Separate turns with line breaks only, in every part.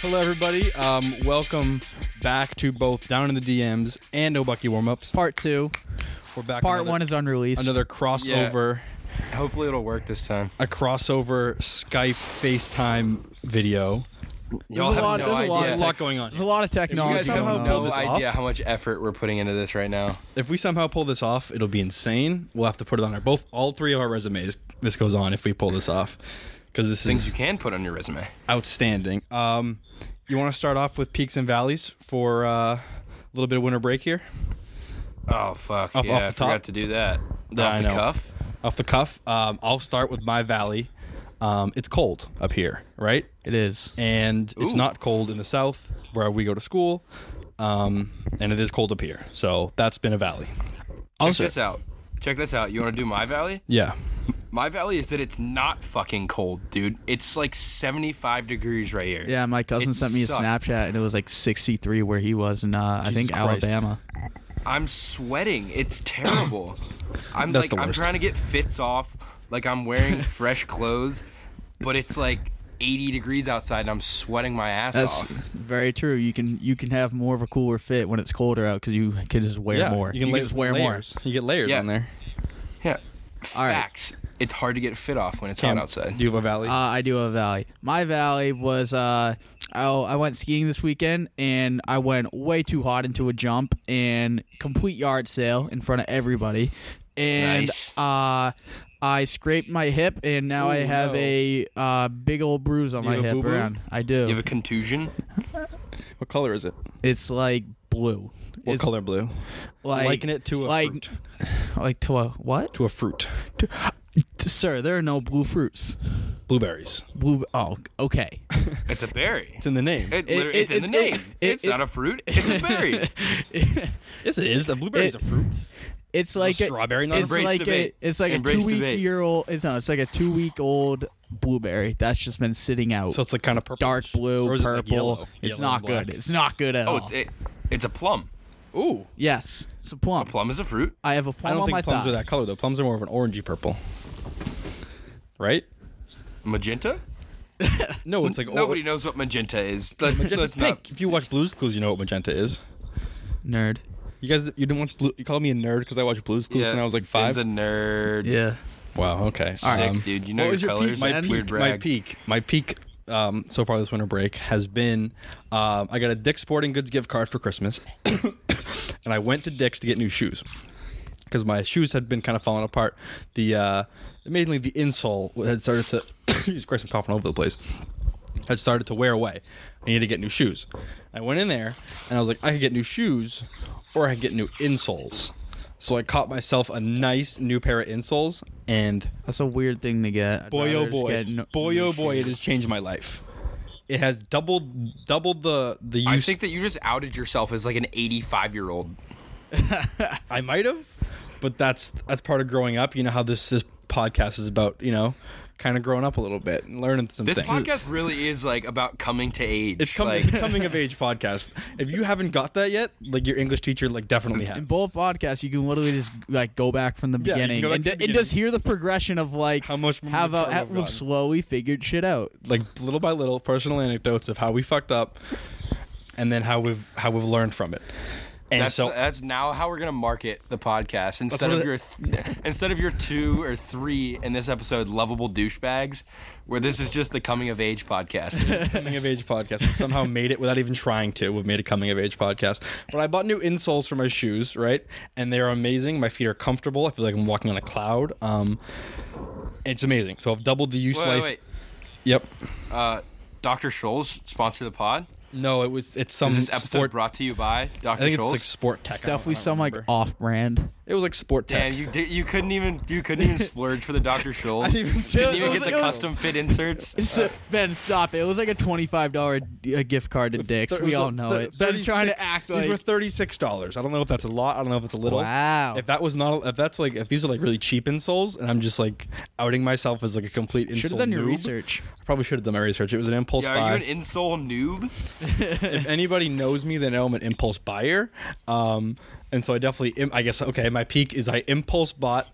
Hello, everybody. Um, welcome back to both Down in the DMs and No Bucky Warm Ups.
Part two.
We're back.
Part
another-
one is unreleased.
another crossover,
Hopefully it'll work this time.
a crossover Skype FaceTime video.
Y'all
a
have
lot-
no
there's a lot-
idea.
There's a lot going on.
There's a lot of
you
technology
guys have
going
somehow
on.
pulled
no
this off?
idea how much effort we're putting into this right now.
If we somehow pull this off, it'll be insane. We'll have to put it on our both all three of our resumes. This goes on if we pull this off because this
Things you
is
can put on your resume.
outstanding. Um, you want to start off with peaks and valleys for uh, a little bit of winter break here,
Oh fuck!
Off-
yeah,
off the
I
top?
forgot to do that.
Yeah,
off
I
the
know.
cuff.
off the cuff. Um, I'll start with my valley. Um, it's cold up here, right?
It is.
and it's
Ooh.
not cold in the south where we go to school um, and it is cold up here so that's been a valley
Check
Also-
this out. Check this out. You want to do my valley?
yeah
My valley is that it's not fucking cold, dude. It's like 75 degrees right here.
Yeah, my cousin
It
sent me a
sucks.
Snapchat and it was like 63 where he was in uh, I
Jesus
think
Christ.
Alabama.
I'm sweating. It's terrible. I'm
That's
like
the
I'm
worst.
trying to get fits off. Like I'm wearing fresh clothes, but it's like 80 degrees outside and I'm sweating my ass
That's
off.
very true. You can you can have more of a cooler fit when it's colder out because you can just wear
yeah
more.
you can, lay-
just wear
layers. you get layers
Yeah.
on there
Yeah.
All right.
Facts. It's hard to get fit off when it's
Cam,
hot outside.
Um, do you have a valley
more. Uh, I do have a valley. My valley was uh, oh I went skiing this weekend and I went way too hot into a jump and complete yard sale in front of everybody, and
Nice.
uh. I scraped my hip and now I
Ooh,
have
no.
a uh, big old bruise on
You
my
have a
hip
boo-boo?
around. I do.
You have a contusion?
what color is it
It's like blue.
what
it's
color blue
Like,
liken it to a
like,
fruit
like to a what?
to a fruit
Sir, there are no blue fruits.
blueberries
Blue. Oh, okay.
It's a berry.
it's in the name
It literally-
it-
it's in the
it-
name.
it- it-
it's not a fruit. It's a berry.
yes it is a blueberry's
it-
a fruit
It's like a,
strawberry, not a
It's
fruit.
like a,
Embrace
it's like a
debate.
two week year old. It's no. It's like a two week old blueberry that's just been sitting out.
so it's like kind of purple
dark blue,
Or is it like
purple.
yellow?
It's
Yellow
not
and black.
good. It's not good at all.
Oh, it's it, it's a plum.
ooh
yes, it's a plum.
A plum is a fruit.
I have a
i
plum
don't
on my
think plums
thigh.
are that color though plums are more of an orangey purple right
Magenta?
no Oh, it's like or-
Nobody knows what magenta is. Let's,
magenta's
let's
pink
not.
if you watch blues clues you know what magenta is
Nerd.
You guys, you didn't watch. Blue, you called me a nerd because I watched Blue's Clues when I was like five.
Ben's a nerd.
Yeah.
wow. Okay.
Sick,
Um,
dude. You know
what
your
was your peak,
colors.
man?
my
Weird
peak. My peak. My peak. Um, so far this winter break has been, um, I got a Dick's Sporting Goods gift card for Christmas, and I went to Dick's to get new shoes because my shoes had been kind of falling apart. The uh, mainly the insole had started to. Jesus Christ, I'm coughing all over the place. Had started to wear away. I needed to get new shoes. I went in there and I was like, I could get new shoes, or I could get new insoles. So I caught myself a nice new pair of insoles, and
That's a weird thing to get. I'd
boy oh
rather just
boy
get no-
boy oh boy it has changed my life it has doubled doubled the the use
I think that you just outed yourself as like an 85 year old.
I might have but that's that's part of growing up you know how this this podcast is about you know kind of growing up a little bit and learning some
This
things
podcast really is like about coming to age.
it's coming
Like,
it's a coming of age podcast if you haven't got that yet like your english teacher like definitely has
In both podcasts, you can literally just like go back from the
Yeah, you can
beginning
go back
and,
to
ju-
the
and just hear the progression of like
How much more
how about
mature
how
I've
we've
gotten.
slowly figured shit out.
like little by little personal anecdotes of how we fucked up and then how we've how we've learned from it and
that's,
so
that's now how we're gonna market the podcast instead
what
of
it-
your th- instead of your two or three in this episode lovable douchebags, where this is just the coming of age podcast.
coming of age podcast. We somehow made it without even trying to. We've made a coming of age podcast. But I bought new insoles for my shoes, right? And they are amazing. My feet are comfortable. I feel like I'm walking on a cloud. Um, it's amazing. So I've doubled the use
wait,
life.
wait, wait.
Yep.
Uh, Dr. Scholes sponsor the pod.
No, it was it's some
Is this episode
sport.
brought to you by
I
Dr.
think it's
Scholes?
like sport tech. I
Stuff
don't- I
we
don't
some like
remember.
off brand.
It was like sport tech.
Damn, you did, you couldn't even you couldn't even splurge for the Dr. Scholes.
I didn't even see
Didn't
it.
even get the
It was-
custom fit inserts.
Uh,
ben, stop it. It was like a twenty five dollar uh, gift card to Dick's.
There
we
was
all
a-
know
th-
it. Ben's trying to
36
act
these were
like
thirty six dollars. I don't know if that's a lot. I don't know if it's a little.
Wow.
If that was not, if that's like, if these are like really cheap insoles, and I'm just like outing myself as like a complete insole.
should have done your
noob,
research.
I probably should have done my research. It was an impulse
Yeah,
buy.
are you an insole noob?
if anybody knows me, they know I'm an impulse buyer. Um, and so I definitely, im- I guess, okay, my peak is I impulse bought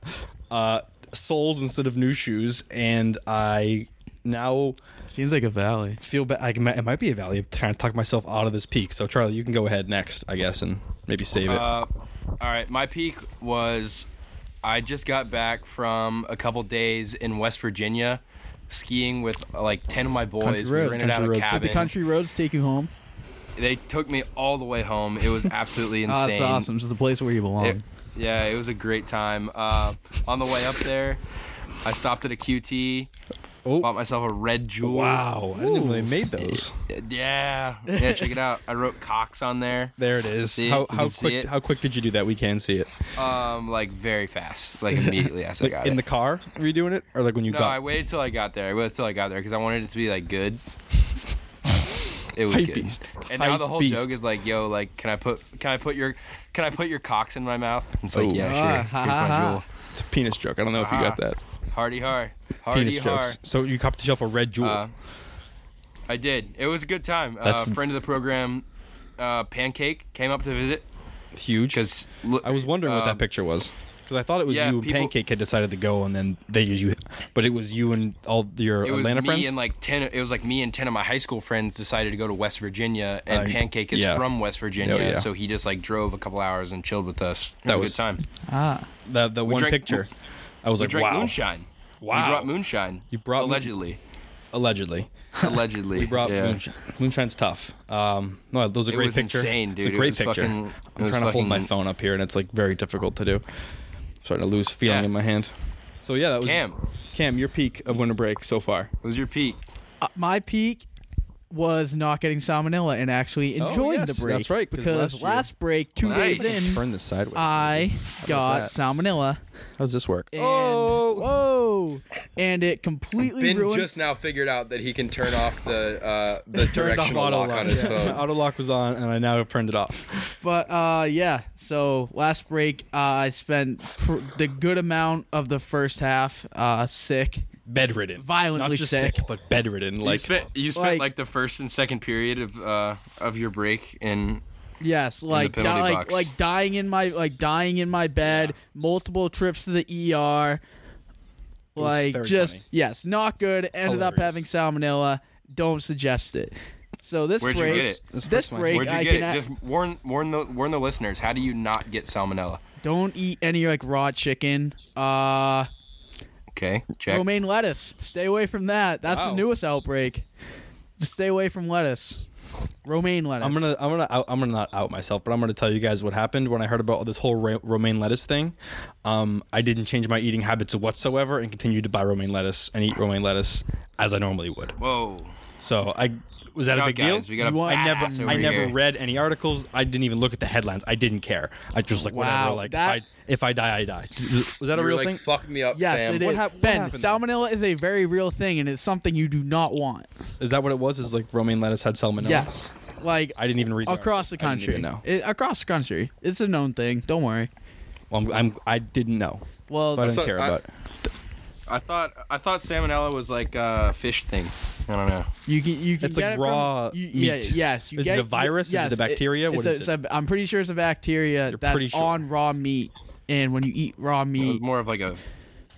uh, soles instead of new shoes, and I now
Seems like a valley.
feel bad. I might, it might be a valley of trying to talk myself out of this peak. So Charlie, you can go ahead next, I guess, and maybe save it.
Uh, all right, my peak was I just got back from a couple days in West Virginia skiing with uh, like 10 of my boys. We
roads.
rented out
Country roads. Did
a
the
cabin.
Did the country roads take you home?
They took me all the way home. It was absolutely insane.
Oh, that's awesome. This is the place where you belong.
It- yeah, it was a great time. Uh, on the way up there, I stopped at a QT,
Oh.
bought myself a red jewel.
wow, I didn't even know they made those.
Yeah. Yeah, check it out. I wrote Cox on there.
There it is.
See,
how
you
how
can see
quick
it.
how quick did you do that? We can see it.
Um, like very fast, like immediately as I
Like
got
in
it.
the car, were you doing it, or like when you
no,
got?
I waited till I got there. I waited till I got there because I wanted it to be like good. It was
Hype
good.
beast.
And now
Hype
the whole
beast.
joke is like, yo, like, can I put, can I put your, can I put your cocks in my mouth? It's like,
Oh.
Ah,
yeah, sure.
ha,
Here's
ha, ha.
my
It's a penis joke. I don't know if you got
Ah.
that.
jewel. Hardy har, hardy
Penis
har.
jokes. So you copped yourself a red jewel.
Uh, I did. It was a good time. Uh,
That's-
friend of the program, uh, Pancake came up to visit
it's huge.
because
I was wondering what that picture was because I thought it was
um, yeah,
you and
people-
Pancake had decided to go, and then they used you, but it was you and all your
It was
Atlanta
me
friends.
and like ten. It was like me and ten of my high school friends decided to go to West Virginia, and
Uh,
Pancake is
yeah.
from West Virginia,
Oh, yeah.
so he just like drove a couple hours and chilled with us. It was
That
a
was-
good time.
Ah,
the the one
drank-
picture, I was
We
like,
drank
wow,
moonshine.
Wow.
We brought moonshine.
You brought moon-
allegedly.
allegedly.
allegedly.
We brought
yeah.
moonshine. Moonshine's tough. Um, no, that was a
It
great
was
picture.
insane,
It's
dude.
a
It
great
was
picture.
fucking- it
I'm
was
trying to hold my
fucking-
phone up here, and it's like very difficult to do. starting to lose feeling
Yeah.
in my hand. So yeah, that was
Cam.
Cam, your peak of winter break so far.
It was your peak.
Uh, my peak was not getting salmonella and actually
Oh,
enjoying
yes,
the break.
that's right, 'cause
Because
last year-
break, two
Nice.
days in,
Turn this sideways.
I
that?
got salmonella.
How does this work?
And, oh, whoa! And it completely ruined.
now figured out that he can turn off the uh, the
Turned off auto lock. Yeah. auto lock was on, and I now have turned it off.
But uh, yeah, so last break, uh, I spent pr- the good amount of the first half uh, sick.
Bedridden,
Violently
not just
sick.
but bedridden.
you
Like
spent you spent
like-
like, the first and second period of uh, of your break in
Yes, like di-
penalty
like
box.
like dying in my like dying in my bed, multiple trips to the ER. Like
very
just
funny.
yes, not good. Ended up
Hilarious.
having salmonella. Don't suggest it. So this
Where'd you
break,
get it?
this,
hurts my-
break,
Where'd you
I
get
can
it? Just warn warn the warn the listeners. How do you not get salmonella?
don't eat any like raw chicken. Uh,
Okay, check.
romaine lettuce. Stay away from that. That's
Wow.
the newest outbreak. Just stay away from lettuce. Romaine lettuce.
I'm gonna, I'm gonna, out, I'm gonna not out myself, but I'm gonna tell you guys what happened when I heard about this whole ra- romaine lettuce thing. Um, I didn't change my eating habits whatsoever and continued to buy romaine lettuce and eat romaine lettuce as I normally would.
Whoa,
So I was that a
Out,
big
guys, we
deal?
got a
You want-
I never,
pass over
I never
here.
read any articles. I didn't even look at the headlines. I didn't care. I just like
Wow,
whatever. Like
that-
I, if I die, I die. Was that a real thing?
fuck me up,
Yes, it is.
hap- what
ben,
happened there?
salmonella is a very real thing, and it's something you do not want.
Is that what it was? Is like romaine lettuce had salmonella?
Yes, like
I didn't even read the
across the
article. I didn't
country.
even know.
It- across the country, it's a known thing. Don't worry.
Well, I'm, I'm, I didn't know.
Well,
So I didn't
So
care
I-
about. it.
I thought I thought salmonella was like a fish thing. I don't know.
you can you can
It's
get
like
it from-
raw
you-
meat.
Yeah, yes, you
Is it
get
a virus? Is it
Yes,
a bacteria?
It,
What
it's a-
is it?
it's a- I'm pretty sure it's a bacteria
You're pretty
that's
sure.
on raw meat, and when you eat raw
It
meat,
was more of like a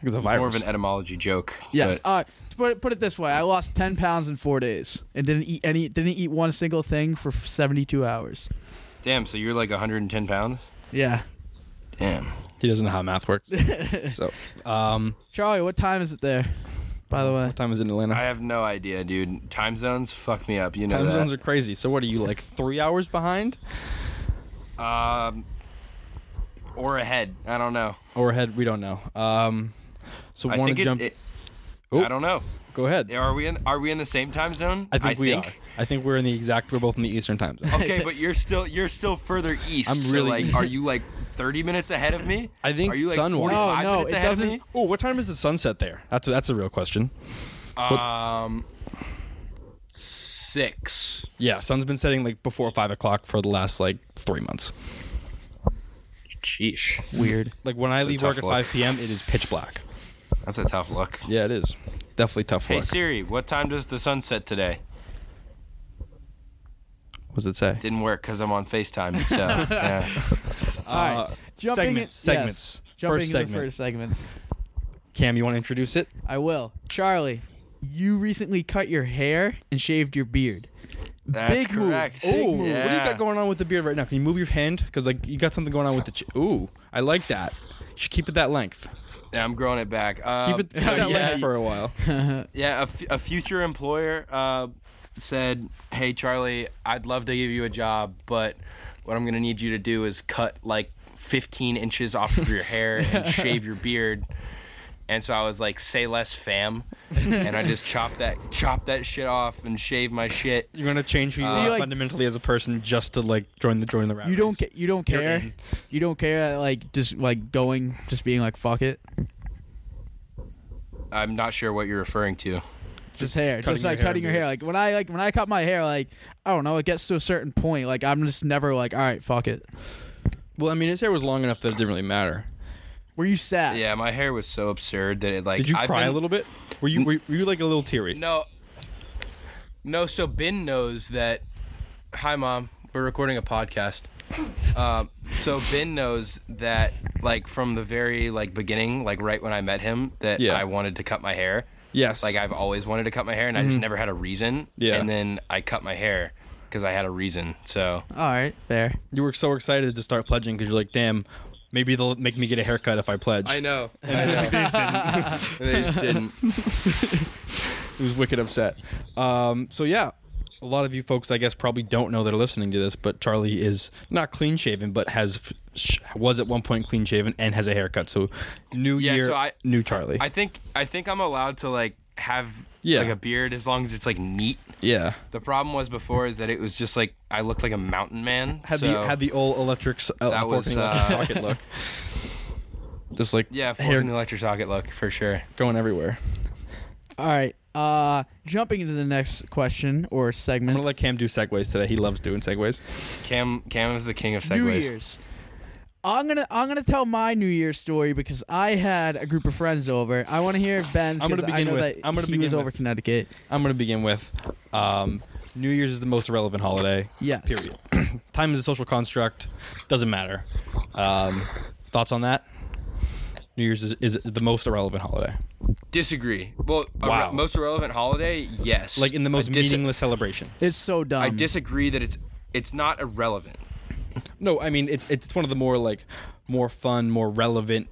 It's a
it's more of
virus.
an etymology joke.
Yes.
but-
Uh, to put it, put it this way, I lost ten pounds in four days and didn't eat any didn't eat one single thing for seventy two hours.
damn. So you're like 110 pounds.
Yeah.
Damn.
He doesn't know how math works. so, um,
Charlie, what time is it there? By the way,
what time is it in Atlanta?
I have no idea, dude. Time zones fuck me up. You know
Time
that.
zones are crazy. So, what are you like three hours behind
Um, or ahead. I don't know.
or ahead? We don't know. Um, so
I
want
think
to
it.
jump?
it-
Oh.
I don't know.
go ahead.
Are we in? Are we in the same time zone?
I think we are. I think we're in the exact. We're both in the Eastern time zone.
Okay, but you're still you're still further east.
I'm
so,
really
like,
east.
are you like 30 minutes ahead of me?
I think
Are you like
sun-wise.
45
No, no,
minutes
it
ahead of
doesn't-
me?
Oh, what time is the sunset there? That's a, that's a real question.
Um, six.
Yeah, sun's been setting like before five o'clock for the last like three months.
Sheesh.
weird.
Like when I
a
leave work at
tough look.
five p.m., it is pitch black.
That's a tough look.
Yeah, it is definitely tough.
Hey
luck.
Siri, what time does the sun set today?
what does it say?
Didn't work because I'm on Facetime. So yeah.
All right.
Uh,
Jumping in-
segments, segments.
Yes, jumping
First
into the
segment.
first segment.
Cam, you want to introduce it?
I will. Charlie, you recently cut your hair and shaved your beard.
That's
Big move.
correct.
Big
Oh,
move.
what is
Yeah.
that going on with the beard right now? Can you move your hand? Because like you got something going on with the. Ch- Ooh, I like that. You should keep it that length.
Yeah, I'm growing it back. Uh,
Keep it keep that
yeah.
length Um, for a while.
Yeah, a, f- a future employer uh, said, "Hey Charlie, I'd love to give you a job, but what I'm gonna need you to do is cut like 15 inches off of your hair and shave your beard." And so I was like, "Say less, fam," and I just chopped that chopped that shit off and shaved my shit.
You're gonna change who you
So
are
you, like-
fundamentally as a person just to like join the join the rap.
You don't ca- you don't care.
in.
You don't care like just like going just being like fuck it.
I'm not sure what you're referring to.
Just hair.
cutting
Just
your
like
hair
cutting
and
your
beard.
hair. Like when I like when I cut my hair like I don't know, it gets to a certain point like I'm just never like all right, fuck it.
Well, I mean, his hair was long enough that it didn't really matter.
Where you sat.
Yeah, my hair was so absurd that it like
Did you
I've
cry
been-
a little bit? Were you, were you were you like a little teary?
No. No, so Ben knows that. Hi, Mom. We're recording a podcast. Um, so Ben knows that, like, from the very like beginning, like right when I met him, that
Yeah.
I wanted to cut my hair.
Yes. Mm-hmm.
Like I've always wanted to cut my hair, and I just never had a reason.
Yeah.
And then I cut my hair because I had a reason. So
All right, fair.
you were so excited to start pledging because you're like, damn, maybe they'll make me get a haircut if I pledge.
know. I they just didn't.
He was wicked upset. Um, so yeah, a lot of you folks, I guess, probably don't know that are listening to this, but Charlie is not clean shaven, but has f- sh- was at one point clean shaven and has a haircut. So new
Yeah,
year,
so I-
new Charlie.
I think I think I'm allowed to like have
Yeah.
like a beard as long as it's like neat.
yeah,
The problem was before is that it was just like I looked like a mountain man.
had the
so-
had the old electric, s- uh,
That
fork
was,
and electric
uh,
socket look. Just like
yeah, for
hair
an electric socket look for sure.
going everywhere.
All right. Uh jumping into the next question or
I'm
segment.
gonna let Cam do segues today. He loves doing segues.
Cam Cam is the king of segues.
New Year's. I'm gonna I'm gonna tell my New Year's story because I had a group of friends over. I want to hear Ben's.
I'm gonna
'cause I
begin
know
with-
that
I'm gonna
he
begin
was
with-
over Connecticut.
I'm gonna begin with um, New Year's is the most relevant holiday.
Yes.
Period. Time is a social construct. Doesn't matter. Um, thoughts on that? New Year's is, is the most irrelevant holiday.
Disagree. Well, a
Wow.
re- most relevant holiday, yes.
Like in the
I
most
dis-
meaningless celebration.
It's so dumb.
I disagree that it's it's not irrelevant.
No, I mean it's it's one of the more like more fun, more relevant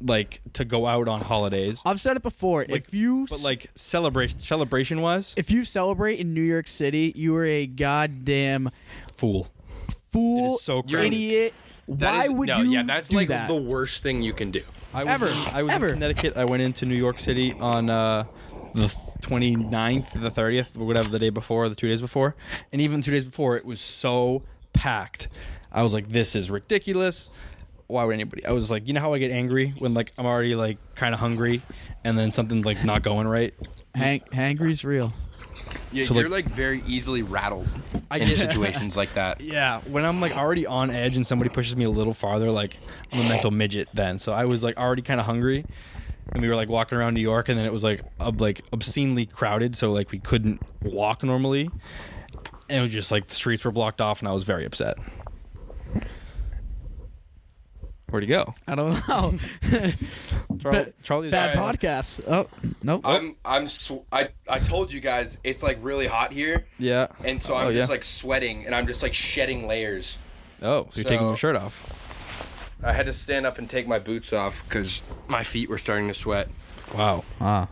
like to go out on holidays.
I've said it before. if you
But like celebration celebration wise,
if you celebrate in New York City, you are a goddamn
fool. It
fool,
is so crowded.
idiot.
That
Why
is-
would
no,
you?
Yeah, that's
do
like
that?
the worst thing you can do.
I was,
Ever.
I was
Ever.
in Connecticut. I went into New York City on uh, the 29th, the 30th, or whatever, the day before, the two days before. And even two days before, it was so packed. I was like, this is ridiculous. Why would anybody? I was like, you know how I get angry when like I'm already like kind of hungry and then something like not going right?
Hang- hangry's real.
Yeah,
So,
you're
like-
like, very easily rattled
I
in
get-
situations like that.
Yeah, when I'm like already on edge and somebody pushes me a little farther, like I'm a mental midget then. So I was like already kind of hungry, and we were like walking around New York, and then it was like ob- like obscenely crowded, so like we couldn't walk normally, and it was just like the streets were blocked off, and I was very upset. Where'd he go?
I don't know.
Charlie, Charlie
Bad
Sorry.
podcast. Oh nope.
I'm I'm sw- I I told you guys it's like really hot here.
Yeah.
And so I'm
Oh,
just
yeah.
like sweating and I'm just like shedding layers.
Oh, so you're taking
So-
my shirt off.
I had to stand up and take my boots off because my feet were starting to sweat.
Wow.
Ah.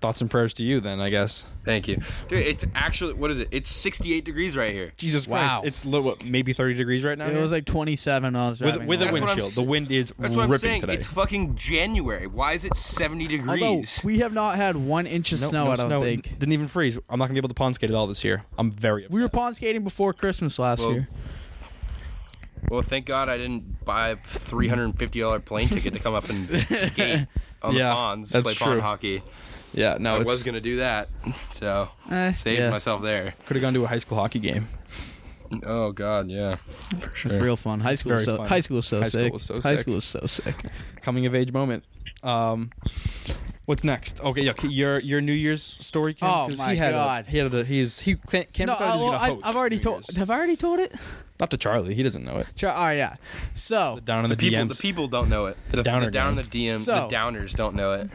Thoughts and prayers to you then, I guess.
Thank you, dude. It's actually what is it? It's 68 degrees right here.
Jesus
Wow.
Christ. It's low, what, maybe 30 degrees right now?
It was like 27 when I was
with,
driving.
with a
home.
That's what I'm
windshield.
s-
The wind is
That's what
ripping
I'm saying.
today.
It's fucking January. Why is it 70
Although
degrees?
we have not had one inch of
Nope,
snow,
no
I don't
snow.
think.
Didn't even freeze. I'm not gonna be able to pond skate at all this year. I'm very. Upset.
We were pond skating before Christmas last
Well,
year.
well, thank God I didn't buy a 350 dollar plane ticket to come up and skate on
Yeah,
the ponds,
that's
play
true.
pond hockey.
Yeah, no,
I
Oh, it's,
was gonna do that, so
Eh,
saved
yeah.
myself there.
could have gone to a high school hockey game.
Oh God, yeah.
It's real fun. High school,
very
is so,
fun.
High school is so
High school
sick.
was so
high
sick.
school is so sick.
Coming of age moment. Um, what's next? Okay, yeah, okay, your your New Year's story. Kim,
Oh
'Cause
my
he had a-
God.
he had a he's he Cam Cam
no,
decided
I,
he's gonna host.
have already
New
told.
Year's.
Have I already told it?
Not to Charlie. He doesn't know it.
Sure. All right. Yeah. So
Down in the,
The people,
DMs.
the people don't know it. The,
downer
the down
gang.
the DMs,
So-
the downers don't know it.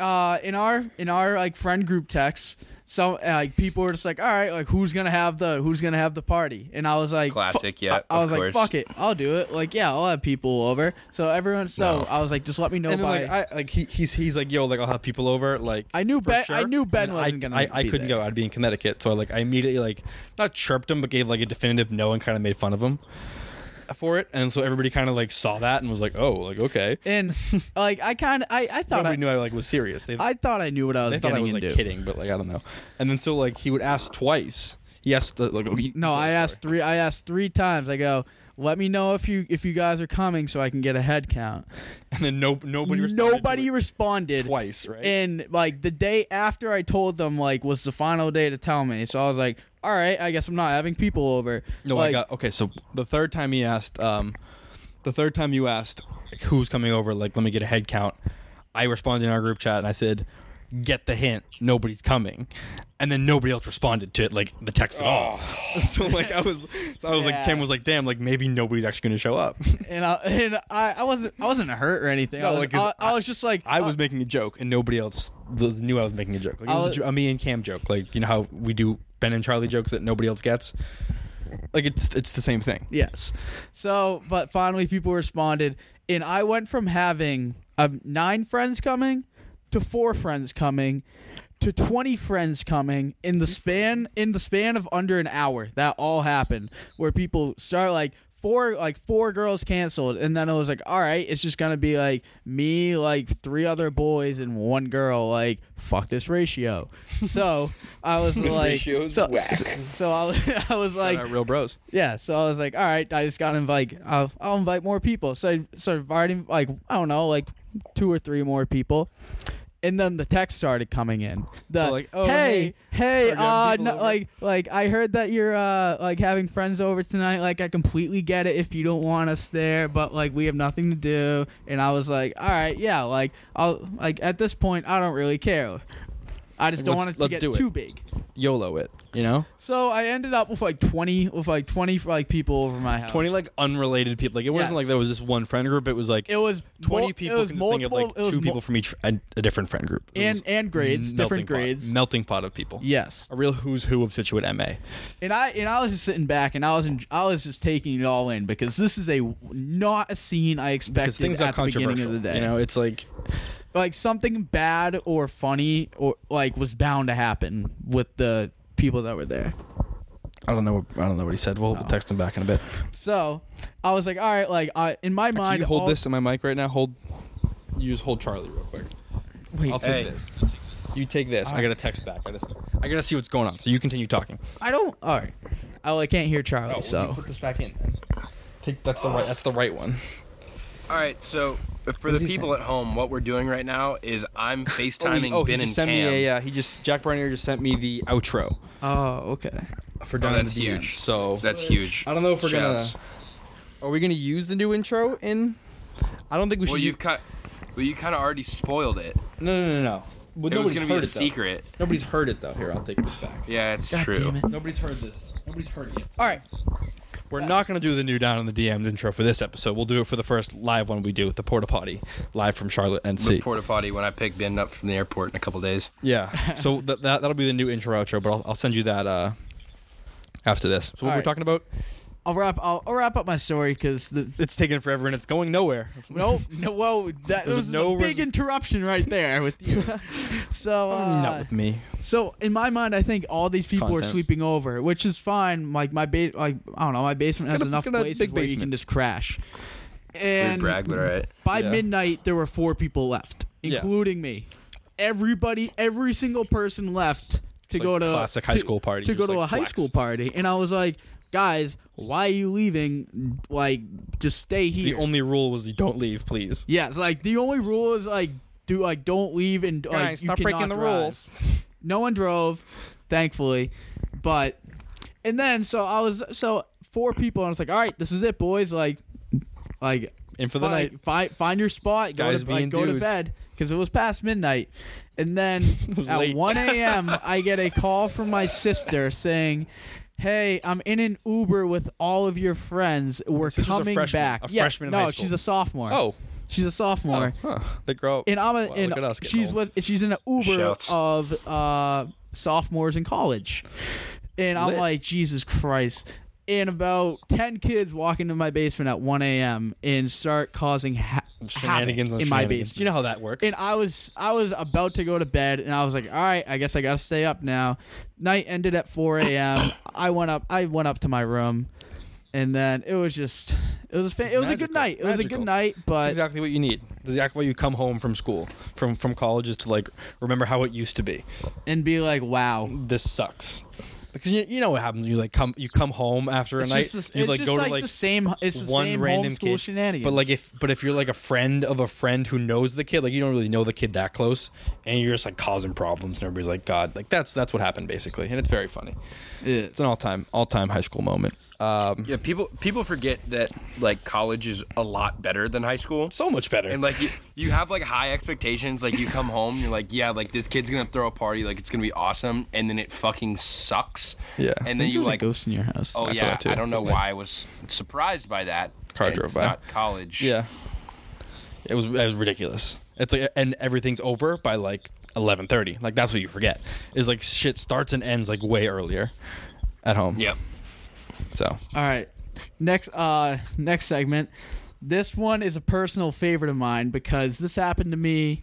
uh, in our in our like friend group texts, some uh, like people were just like, "All right, like who's gonna have the who's gonna have the party?" And I was like, fu-
Classic, yeah,
I, I
of
was
course.
like, "Fuck it, I'll do it." Like, yeah, I'll have people over. So everyone, so
No.
I was like, just let me know
And then,
by.
like I like he, he's he's like yo like I'll have people over like
I knew
for
Ben- I knew Ben
And
wasn't gonna
I, I
be
couldn't
there.
go I'd be in Connecticut so I like I immediately like not chirped him but gave like a definitive no and kind of made fun of him for it and so everybody kind of like saw that and was like oh like okay
and like I kind of I, I thought
nobody
I,
knew I like was serious they
I thought I knew what I was
they thought
getting
I was like
into.
kidding but like I don't know and then so like he would ask twice he asked the, like oh, he-
No, I asked three. I asked three times. I go, "Let me know if you if you guys are coming, so I can get a head count."
and then no nobody responded to
Nobody
it
responded.
twice right
And like the day after I told them, like was the final day to tell me. So I was like, "All right, I guess I'm not having people over."
No,
like,
I got okay. So the third time he asked, um, the third time you asked like, who's coming over, like let me get a head count. I responded in our group chat and I said, "Get the hint, nobody's coming," and then nobody else responded to it, like the text at all. so like I was, so I was like,
Oh. Yeah.
Ken was like, "Damn, like maybe nobody's actually going to show up."
and I and I, I wasn't I wasn't hurt or anything.
No,
I, was,
like, 'cause
I, I was just like
I was making a joke and nobody else was- knew I was making a joke. Like it
I
was a,
was-
jo- a me and Cam joke, like you know how we do Ben and Charlie jokes that nobody else gets. Like it's it's the same thing.
Yes. So, but finally, people responded, and I went from having um, nine friends coming to four friends coming to 20 friends coming in the span in the span of under an hour that all happened where people start like four like four girls canceled and then i was like all right it's just gonna be like me like three other boys and one girl like fuck this ratio so i was like
ratio's
so,
whack.
so, so I, was- I was like
Like, real bros.
yeah, so I was like, all right, I just gotta invite. I'll, I'll invite more people. So I started inviting, like I don't know, like two or three more people, and then the text started coming in. The
Oh, like, oh,
hey,
Are
hey,
you
uh,
having people
no,
over?
like, like I heard that you're uh, like having friends over tonight. Like I completely get it if you don't want us there, but like we have nothing to do. And I was like, all right, yeah, like I'll like at this point, I don't really care. I just
Like,
don't
let's-
want it to
let's
get
do it.
too big.
YOLO it, you know.
So I ended up with like twenty, with like twenty like people over my house.
20 like unrelated people. Like it wasn't
Yes.
like there was this one friend group. It was like
it was
20
mul-
people
It was
consisting
multiple.
of
it was
like two
mul-
people from each a, a different friend group. It
and
was
and grades,
melting
different
pot-
grades.
melting pot of people.
Yes,
a real who's who of Situate MA.
and I and I was just sitting back and I was in, I was just taking it all in because this is a not a scene I expected
Because things are
at the beginning
controversial.
of the day.
You know, it's like
Like something bad or funny or like was bound to happen with the people that were there.
I don't know. I don't know what he said. We'll text him back in a bit.
So I was like, all right, like I in my
Can
mind,
you hold
all-
this in my mic right now? Hold. You just hold Charlie real quick.
Wait,
I'll take
Hey.
this. You take this. I gotta text back. I, just, I gotta see what's going on. So you continue talking. Oh,
I don't. All right, oh, I can't hear Charlie.
well, you
so
put this back in. Take that's the right. That's the right one.
All right, so for the
What's he
people
saying?
at home, what we're doing right now is I'm FaceTiming
oh, he
Ben
just sent
and Cam.
me a. Uh, he just Jack Barnier just sent me the outro
oh okay.
for
Oh,
down.
that's
in the DM.
huge.
So
Oh, that's huge.
Oh, I don't know if we're
Shouts.
gonna. Are we gonna use the new intro in? I don't think we
Well,
should.
you've cut. Well, you kind of already spoiled it.
no, no, no, no. Well,
It was
nobody's
gonna
heard
be a
it, though.
secret.
Nobody's heard it though. Here, I'll take this back.
Yeah, it's
God
true.
damn it.
Nobody's heard this. Nobody's heard it yet.
All right,
We're not gonna do the new down in the DMs intro for this episode. We'll do it for the first live one we do with the porta potty live from Charlotte,
The
NC.
porta potty when I pick Ben up from the airport in a couple days.
yeah. so that that that'll be the new intro outro, but I'll, I'll send you that uh after this. So what we're
Alright.
talking about?
I'll wrap. I'll, I'll wrap up my story because the
It's taking forever and it's going nowhere.
no, no, well, that
There's
was
no
a big
res- Oh,
interruption right there with you. so, uh,
not with me.
so in my mind, I think all these people are
Content.
sleeping over, which is fine. Like my ba- like I don't know, my basement has
Got a-
enough
got a
places
big
where you can
basement.
just crash.
Weird
And
brag, but all right.
by
Yeah.
midnight, there were four people left,
Yeah.
including me. Everybody, every single person left to
like
go to
classic high
to-
school party,
To go
just
to
like
a high
flex.
school party, and I was like, guys, why are you leaving? Like, just stay
The
here.
only rule was you don't leave, please.
Yeah, it's like the only rule is like do like don't leave and like
Guys,
you
stop
cannot
breaking the
drive.
rules.
No one drove, thankfully, but and then so I was so four people and I was like, all right, this is it, boys. Like, like
In for the
like,
night.
find find your spot, go
Guys
to like,
being
go to
dudes.
bed because it was past midnight, and then
was
at
late.
one a.m. I get a call from my sister saying. Hey, I'm in an Uber with all of your friends. We're
Sister's a
coming
freshman-
back.
a
Yeah,
freshman in
no,
high school.
she's a sophomore.
Oh,
She's a sophomore.
Huh. They grow up.
And I'm a,
Wow,
and
look at us getting
she's
old.
with she's in an Uber
Shouts.
of uh, sophomores in college. And I'm
Lit.
like, Jesus Christ. And about 10 kids walk into my basement at 1 a.m. and start causing ha-
shenanigans
havoc
on
in my
shenanigans.
basement.
You know how that works.
And I was I was about to go to bed, and I was like, "All right, I guess I gotta stay up now." Night ended at 4 a.m. I went up. I went up to my room, and then it was just it was a fa- it was a good
magical.
night. It was a
Magical.
good night, but
That's exactly what you need. That's exactly why you come home from school, from from college, is to like remember how it used to be.
and be like, "Wow."
This sucks. Because you, you know what happens. You like come you come home after a
It's
night.
just, this-
you
it's
like
just
go
like,
to like
the same. It's the
one
same
random
homeschool
kid.
shenanigans.
But like if but if you're like a friend of a friend who knows the kid, like you don't really know the kid that close, and you're just like causing problems, and everybody's like, God, like that's that's what happened basically, and it's very funny.
it's
It's an all time all time high school moment. Um,
Yeah, people people forget that like college is a lot better than high school.
so much better.
and like you, you have like high expectations. Like you come home, you're like, yeah, like this kid's gonna throw a party, like it's gonna be awesome, and then it fucking sucks.
Yeah. I
and
I
then
think
you
there's a
like,
ghost in your house.
oh
I saw
yeah,
that too.
I don't know why I was surprised by that.
Car
it's
drove by.
Not college.
yeah, it was it was ridiculous. It's like and everything's over by like eleven thirty. Like that's what you forget is like shit starts and ends like way earlier at home.
Yep.
So
All right. Next uh next segment. This one is a personal favorite of mine because this happened to me.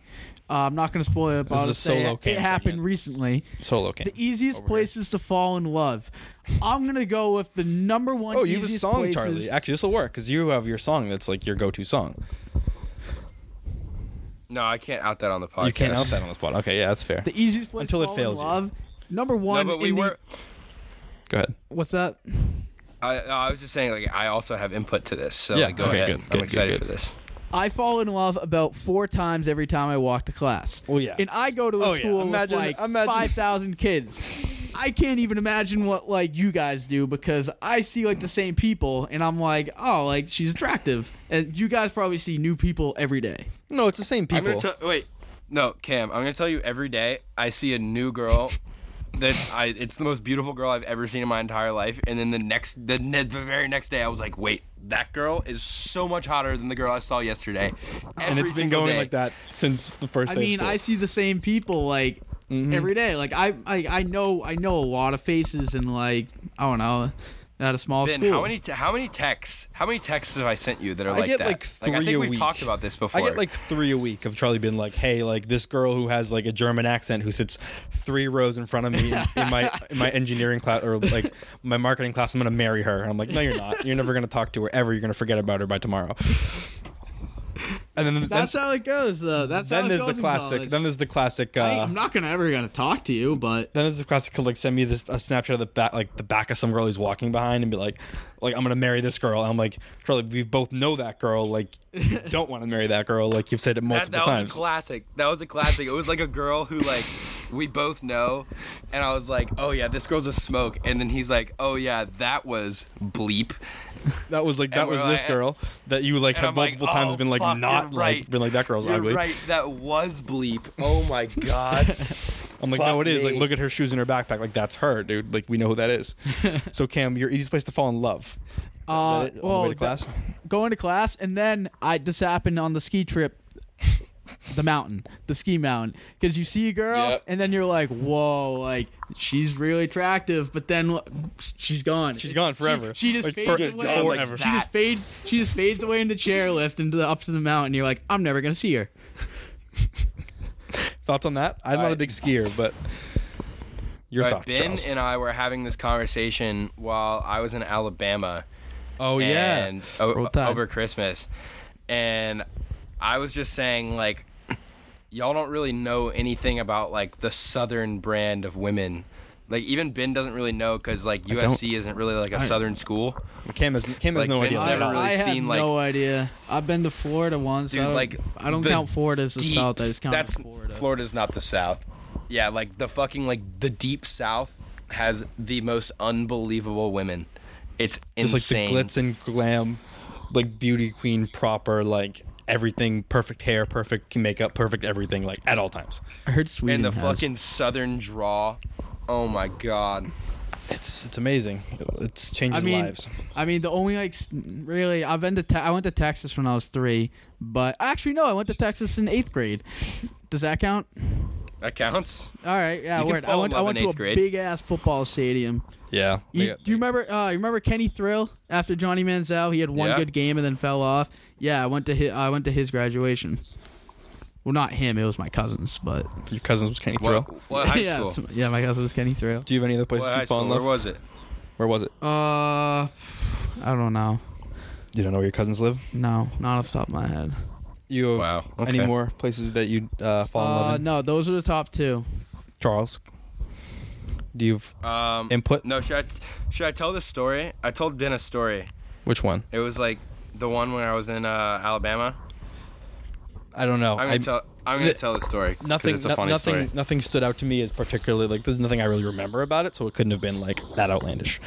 Uh, I'm not going to spoil it, but
This
I'll
is a
just say
solo
it,
cam
it happened
segment.
recently.
solo camp.
The e-, easiest places to fall in love. I'm going to go with the number one.
Oh, you have a
easiest
song,
places.
Charlie. Actually, this will work because you have your song that's like your go-to song.
No, I can't out that on the podcast.
You can't out that on the spot. Okay, yeah, that's fair.
The easiest place
Until
to
it
fall
fails
in
you.
love. Number
No,
one.
but we
in the-
were.
Go ahead.
what's that?
I, I was just saying, like, I also have input to this, so
Yeah,
like, go
okay,
ahead.
good, good,
I'm
good,
excited
good.
for this.
I fall in love about four times every time I walk to class.
Well, yeah.
And I go to a
Oh, yeah.
school
Imagine-
with like
imagine-
five thousand kids. I can't even imagine what like you guys do because I see like the same people and I'm like, oh, like she's attractive, and you guys probably see new people every day.
No, it's the same
I'm
people.
gonna tell. Wait, no, Cam. I'm gonna tell you every day I see a new girl that I. It's the most beautiful girl I've ever seen in my entire life. And then the next, the, ne- the very next day, I was like, wait, that girl is so much hotter than the girl I saw yesterday.
and
Every
it's been
single
going
day.
like that since the first.
I
day of
mean,
school.
I see the same people like
Mm-hmm.
every day. Like I, I, I know, I know a lot of faces and like I don't know, at a small
Ben,
school.
how many te- how many texts how many texts have I sent you that are
I
like
get
that?
like three
I think
a
we've
week.
talked about this before.
I get like three a week of Charlie being like, "Hey, like this girl who has like a German accent who sits three rows in front of me in, in my in my engineering class or like my marketing class. I'm gonna marry her." And I'm like, "No, you're not. You're never gonna talk to her ever. You're gonna forget about her by tomorrow." And then then-
That's how it goes. Though. That's
then,
how it
there's
goes
the
in
classic.
college.
Then there's the classic. Uh,
I, I'm not gonna ever gonna talk to you, but
then there's the classic. Like, send me this a snapshot of the back, like the back of some girl he's walking behind, and be like, "Like, I'm gonna marry this girl." And I'm like, "Charlie, we both know that girl. Like, you don't want to marry that girl. Like, you've said it
that,
multiple
that was
times."
a classic. That was a classic. it was like a girl who like we both know, and I was like, oh yeah, this girl's a smoke, and then he's like, oh yeah, that was bleep.
That was like that
we're
was
like-
this girl that you like
And
have
I'm like,
multiple times
"Oh,
been like
fuck,
not
you're
like
right.
been like that girl's
You're
ugly.
right, that was bleep. Oh my god.
I'm like no,
Fuck
it is. Like
me.
look at her shoes in her backpack. Like that's her, dude. Like we know who that is. so Cam, your easiest place to fall in love.
Uh,
Is that it? On the
well,
way to class.
th- going to class, and then I this happened on the ski trip, the mountain, the ski mountain, because you see a girl,
Yep.
and then you're like, whoa, like she's really attractive, but then l- she's gone.
She's gone forever.
She, she just
Like,
fades
for-
away.
gone like
she
that.
just fades. She just fades away into chairlift into the up to the mountain. You're like, I'm never gonna see her.
Thoughts on that? I'm not a
Alright.
big skier, but your
Right,
thoughts,
ben
Charles.
and I were having this conversation while I was in Alabama.
oh yeah.
and o-
Roll Tide.
over Christmas. And I was just saying like y'all don't really know anything about like the southern brand of women. Like even Ben doesn't really know cuz like USC isn't really like a southern school.
Cam has Cam has
Like,
no
Ben
idea.
I've
I,
at
never
all.
really
I have
seen, like-
no idea. I've been to Florida once.
Dude,
I don't,
like,
I don't
the
count Florida as the
Deep-
south. I just count
that's
Florida.
Florida's not the south. Yeah, like the fucking like the deep south has the most unbelievable women. It's
Just like the
insane.
glitz and glam, like beauty queen proper, like everything, perfect hair, perfect makeup, perfect everything, like at all times.
I heard Sweden
and the
has.
fucking southern draw. Oh my god.
It's it's amazing. It's changes
I mean,
lives.
I mean, the only like s- really, I've been to te- I went to Texas when I was three, but actually no, I went to Texas in eighth grade. Does that count?
That counts.
All right, yeah,
You can
word. I
fall in
went. I
love
went
in
to a
eighth grade.
big ass football stadium.
Yeah.
You,
They got-
do you remember? Uh, you remember Kenny Thrill after Johnny Manziel? He had one
Yeah.
good game and then fell off. Yeah, I went to his, I went to his graduation. Well, not him. It was my cousins, but
your cousins was Kenny
What,
Thrill.
what Oh, high
yeah,
school?
some- yeah, my cousin was Kenny Thrill.
Do you have any other
What
places
high
you fall in
school? Where
love?
was it?
Where was it?
Uh, I don't know.
You don't know where your cousins live?
No, not off the top of my head.
You have
Wow,
any
okay.
more places that you uh, fall in love
Uh,
in?
no, those are the top two.
Charles, do you have
Um,
input?
No, should I, should I tell this story? I told Ben a story.
Which one?
It was like the one when I was in uh, Alabama.
I don't know.
I'm gonna
I-
tell. I'm gonna
Th-
tell the story. 'cause
Nothing.
It's a
no-
funny
nothing.
story.
Nothing stood out to me as particularly like. There's nothing I really remember about it, so it couldn't have been like that outlandish.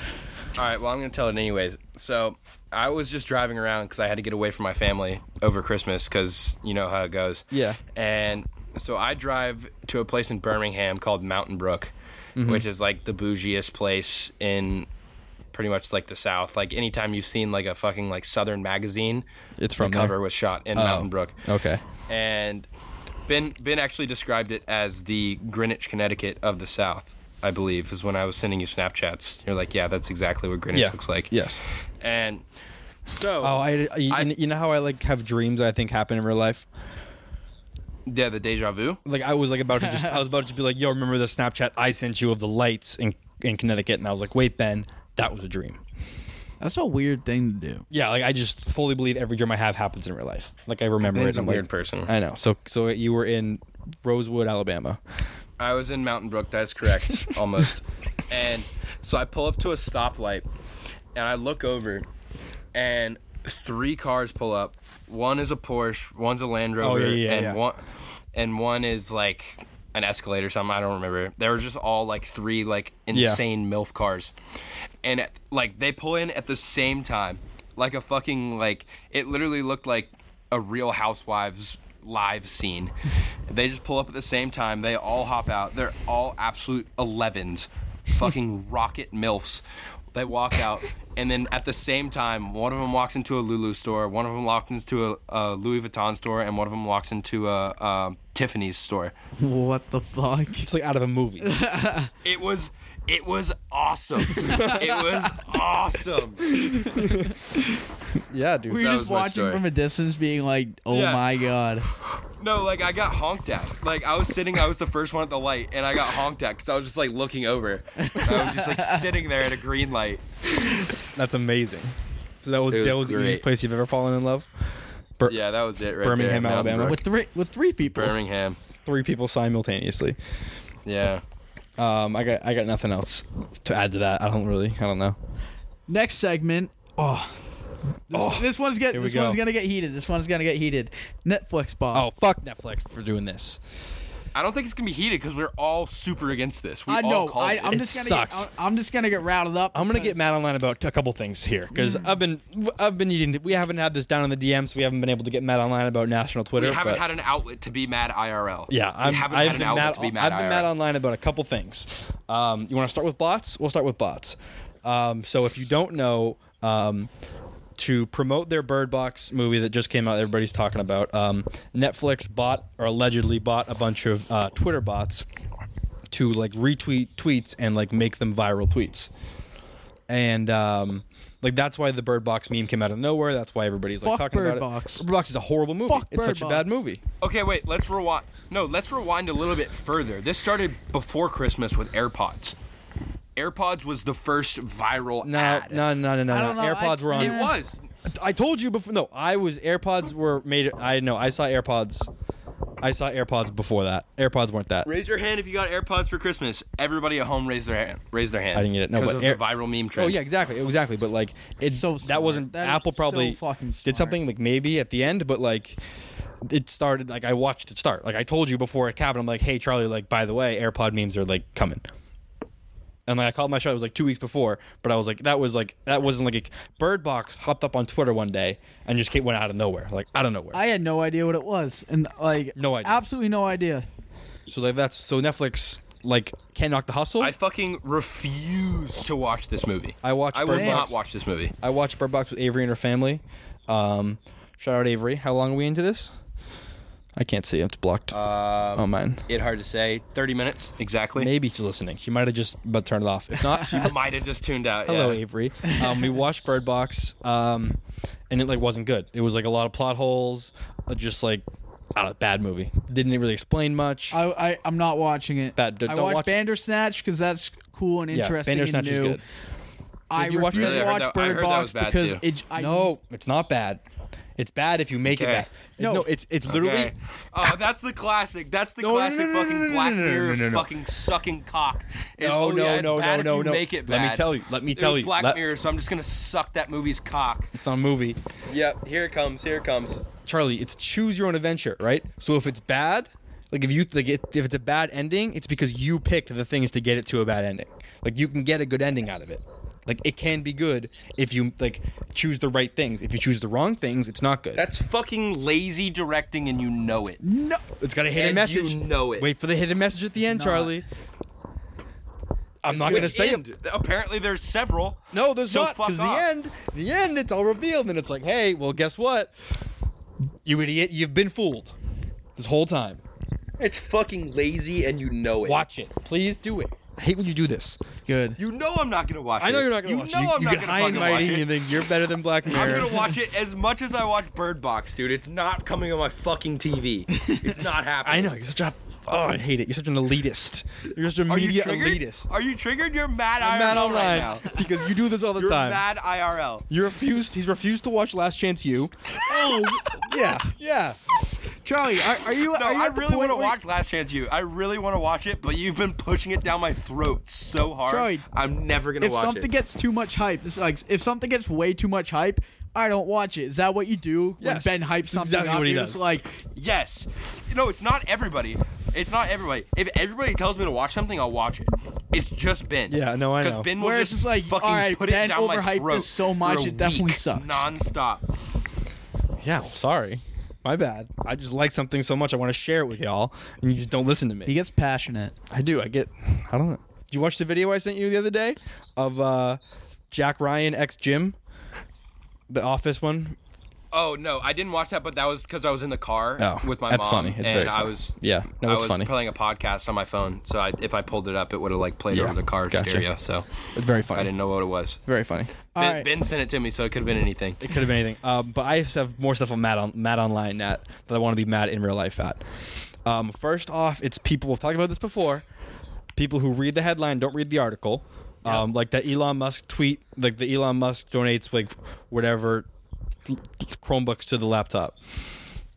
All right. Well, I'm gonna tell it anyways. So I was just driving around because I had to get away from my family over Christmas because you know how it goes.
Yeah.
And so I drive to a place in Birmingham called Mountain Brook,
Mm-hmm.
which is like the bougiest place in pretty much like the South. Like anytime you've seen like a fucking like Southern magazine,
It's from
the
there. Oh.
cover was shot in Mountain Brook.
Okay.
and Ben Ben actually described it as the Greenwich, Connecticut of the South. I believe is when I was sending you Snapchats. You're like, yeah, that's exactly what Greenwich
Yeah.
looks like.
Yes.
And so,
Oh, I, I- you,
I-
you know how I like have dreams that I think happen in real life.
yeah, the deja vu.
Like I was like about to just I was about to be like, yo, remember the Snapchat I sent you of the lights in in Connecticut, and I was like, wait, Ben, that was a dream.
That's a weird thing to do.
Yeah, like I just fully believe every dream I have happens in real life. Like I remember
Ben's
it.
a
I'm like-
weird person.
I know. So so you were in Rosewood, Alabama.
I was in Mountain Brook. That's correct, almost. And so I pull up to a stoplight, and I look over, and three cars pull up. One is a Porsche, one's a Land Rover,
yeah, Oh, yeah,
and
yeah.
one, and one is like an Escalade or something. I don't remember. They were just all like three like insane milf cars, and like they pull in at the same time, like a fucking like it literally looked like a Real Housewives live scene. They just pull up at the same time. They all hop out. They're all absolute 11s, fucking rocket MILFs. They walk out, and then at the same time, one of them walks into a Lulu store, one of them walks into a, a Louis Vuitton store, and one of them walks into a, a Tiffany's store.
What the fuck?
It's like out of a movie.
It was. It was awesome. it was awesome.
yeah,
We
dude.
were
That
just
was my
watching
story.
from a distance, being like, "Oh
Yeah.
my god!"
No, like I got honked at. Like I was sitting, I was the first one at the light, and I got honked at because I was just like looking over. And I was just like sitting there at a green light.
That's amazing. So that was,
It was
that was the
great.
easiest place you've ever fallen in love. Bir-
Yeah, that was it. Right
Birmingham,
there, Mountain
Alabama.
Brook.
With three, with three people.
Birmingham.
Three people simultaneously.
Yeah.
Um, I got I got nothing else to add to that. I don't really. I don't know.
Next segment. Oh, this, this one's get.
Oh. Here we
This one's
go.
gonna get heated. This one's gonna get heated. Netflix
Oh
box.
fuck Netflix for doing this.
I don't think it's gonna be heated because we're all super against this. We
I
all
know.
called
I,
it.
I'm
It
just gonna.
sucks.
Get, I'm just gonna get riled up.
I'm gonna get mad online about a couple things here because I've been I've been eating. We haven't had this down in the DMs. We haven't been able to get mad online about national Twitter.
we haven't
but-
had an outlet to be mad IRL.
Yeah,
we haven't
I've
had an
been
outlet
mad,
to be mad
I've
IRL.
been mad online about a couple things. Um, you want to start with bots? We'll start with bots. Um, so if you don't know, um, to promote their Bird Box movie that just came out, everybody's talking about. Um, Netflix bought or allegedly bought a bunch of uh, Twitter bots to like retweet tweets and like make them viral tweets. And um, like that's why the Bird Box meme came out of nowhere. That's why everybody's like
Fuck
talking
Bird
about
Box.
it. Bird Box is a horrible movie.
Fuck
it's
Bird
such a bad
Box.
movie.
Okay, wait. Let's rewind. No, let's rewind a little bit further. This started before Christmas with AirPods. AirPods was the first viral
No,
ad.
no, no, no, no.
Ah, I don't
no.
know, I-
AirPods were on.
It was.
I told you before. No, I was AirPods were made. I know. I saw AirPods. I saw AirPods before that. AirPods weren't that.
Raise your hand if you got AirPods for Christmas. Everybody at home, raise their hand. Raise their hand.
I didn't get it. No,
because
but
of
Air-
the viral meme
Oh
trend.
yeah, exactly, exactly. But like, it's
So
that
smart.
wasn't
That is
Apple
so
probably
fucking smart.
did something like maybe at the end, but like, it started like I watched it start. Like I told you before it happened. I'm like, hey Charlie, like by the way, AirPod memes are like coming. And like I called my shot. It was like two weeks before, but I was like, that was like that wasn't like a Bird Box hopped up on Twitter one day and just came, went out of nowhere, like out of nowhere.
I had no idea what it was, and like,
No idea.
Absolutely no idea.
So like that's so Netflix like Can't Knock the Hustle.
I
I,
fucking refuse to watch this movie.
I watched
I will
Bird
not
Box.
watch this movie.
watched Bird Box with Avery and her family. Um, shout out Avery. How long are we into this? I can't see. It's blocked.
Um,
oh man.
It hard to say. Thirty minutes exactly.
Maybe she's listening. She might have just about turned it off. If not, she
I might have just tuned out.
Hello,
yeah.
Avery. Um, we watched Bird Box, um, and it like wasn't good. It was like a lot of plot holes, uh, just like I don't know, bad movie. Didn't really explain much.
I, I I'm not watching it.
Bad- don't
I watch,
watch it.
Bandersnatch because that's cool and
yeah,
interesting
Bandersnatch
and
is
new.
good.
I
Did you watch
refuse
that?
to
Really? I
heard
watch
that- I
Bird
heard that
Box
was bad,
because
too.
it. I,
No, it's not bad. It's bad if you make
Okay.
it bad.
No.
it's it's literally
Okay. Oh, that's the classic. That's the
no, no,
classic
no,
fucking
no, no,
Black
no, no, no,
Mirror
no, no.
fucking sucking cock. Is-
No,
oh,
no,
yeah, it's
no,
bad
no,
if
no,
you
no.
Make it
Let me
bad.
tell you. Let me
It
tell
was
you.
Black
Let-
Mirror, so I'm just gonna suck that movie's cock.
it's not a movie.
Yep. Here it comes. Here it comes.
Charlie, it's choose your own adventure, right? So if it's bad, like if you like it, if it's a bad ending, it's because you picked the things to get it to a bad ending. Like you can get a good ending out of it. Like it can be good if you like choose the right things. If you choose the wrong things, it's not good.
That's fucking lazy directing, and you know it.
no, it's got a hidden
And
message.
you know it.
Wait for the hidden message at the end,
Not.
Charlie. I'm not gonna
Which
say
end?
it.
Apparently, there's several.
No, there's
so
not.
Fuck
Because the
off.
end, the end, it's all revealed, and it's like, hey, well, guess what? You idiot! You've been fooled this whole time.
It's fucking lazy, and you know it.
Watch it. Please do it. I hate when you do this.
it's good.
You know I'm not gonna watch it.
I know you're not going to watch
You
it.
know I'm
you
not
get
gonna
high and
fucking watch
mighty and you
it.
think you're better than Black Mirror.
I'm gonna watch it as much as I watch Bird Box, dude. It's not coming on my fucking TV. It's not happening.
I know. You're such a. Oh, I hate it. You're such an elitist. You're such a
Are you
media
triggered?
elitist.
Are you triggered? You're mad IRL
I'm mad
right
online
now.
because you do this all the
You're
time.
mad IRL.
You refused. He's refused to watch Last Chance U.
Oh
Yeah, yeah.
Charlie, are, are you?
No,
are you
I
at the
really
point
want to
where-
watch Last Chance U. I really want to watch it, but you've been pushing it down my throat so hard.
Troy,
I'm never gonna
If
watch
something
it.
gets too much hype, this like if something gets way too much hype, I don't watch it. Is that what you do
Yes,
when Ben hypes
that's
something
exactly
up?
what he
you're
does.
Just like
yes. No, it's not everybody. It's not everybody. If everybody tells me to watch something, I'll watch it. It's just Ben.
Yeah, no, I know.
Because Ben will
Where it's
just
just like,
fucking
all right,
put
Ben
it down my
overhyped
throat
this so
for
much,
a
it definitely
week,
sucks.
nonstop.
Yeah, well, sorry. My bad. I just like something so much I want to share it with y'all, and you just don't listen to me.
he gets passionate.
I do. I get. I don't know. Did you watch the video I sent you the other day of uh, Jack Ryan ex Jim, the Office one?
Oh no, I didn't watch that, but that was because I was in the car
Oh,
with my
that's
mom.
funny. It's
and
very
I
funny.
was
Yeah. No,
I
it's
was
funny.
playing a podcast on my phone, so I, if I pulled it up, it would have like played
Yeah,
over the car
gotcha.
stereo. So
It's very
I
funny.
didn't know what it was.
Very funny.
All
ben,
right.
ben sent it to me, so it could have been anything.
It could have been anything. Um, but I just have more stuff on Matt on Matt online at that I want to be mad in real life at. Um, first off, it's people. We've talked about this before. People who read the headline don't read the article. Um, like that Elon Musk tweet. Like the Elon Musk donates like whatever Chromebooks to the laptop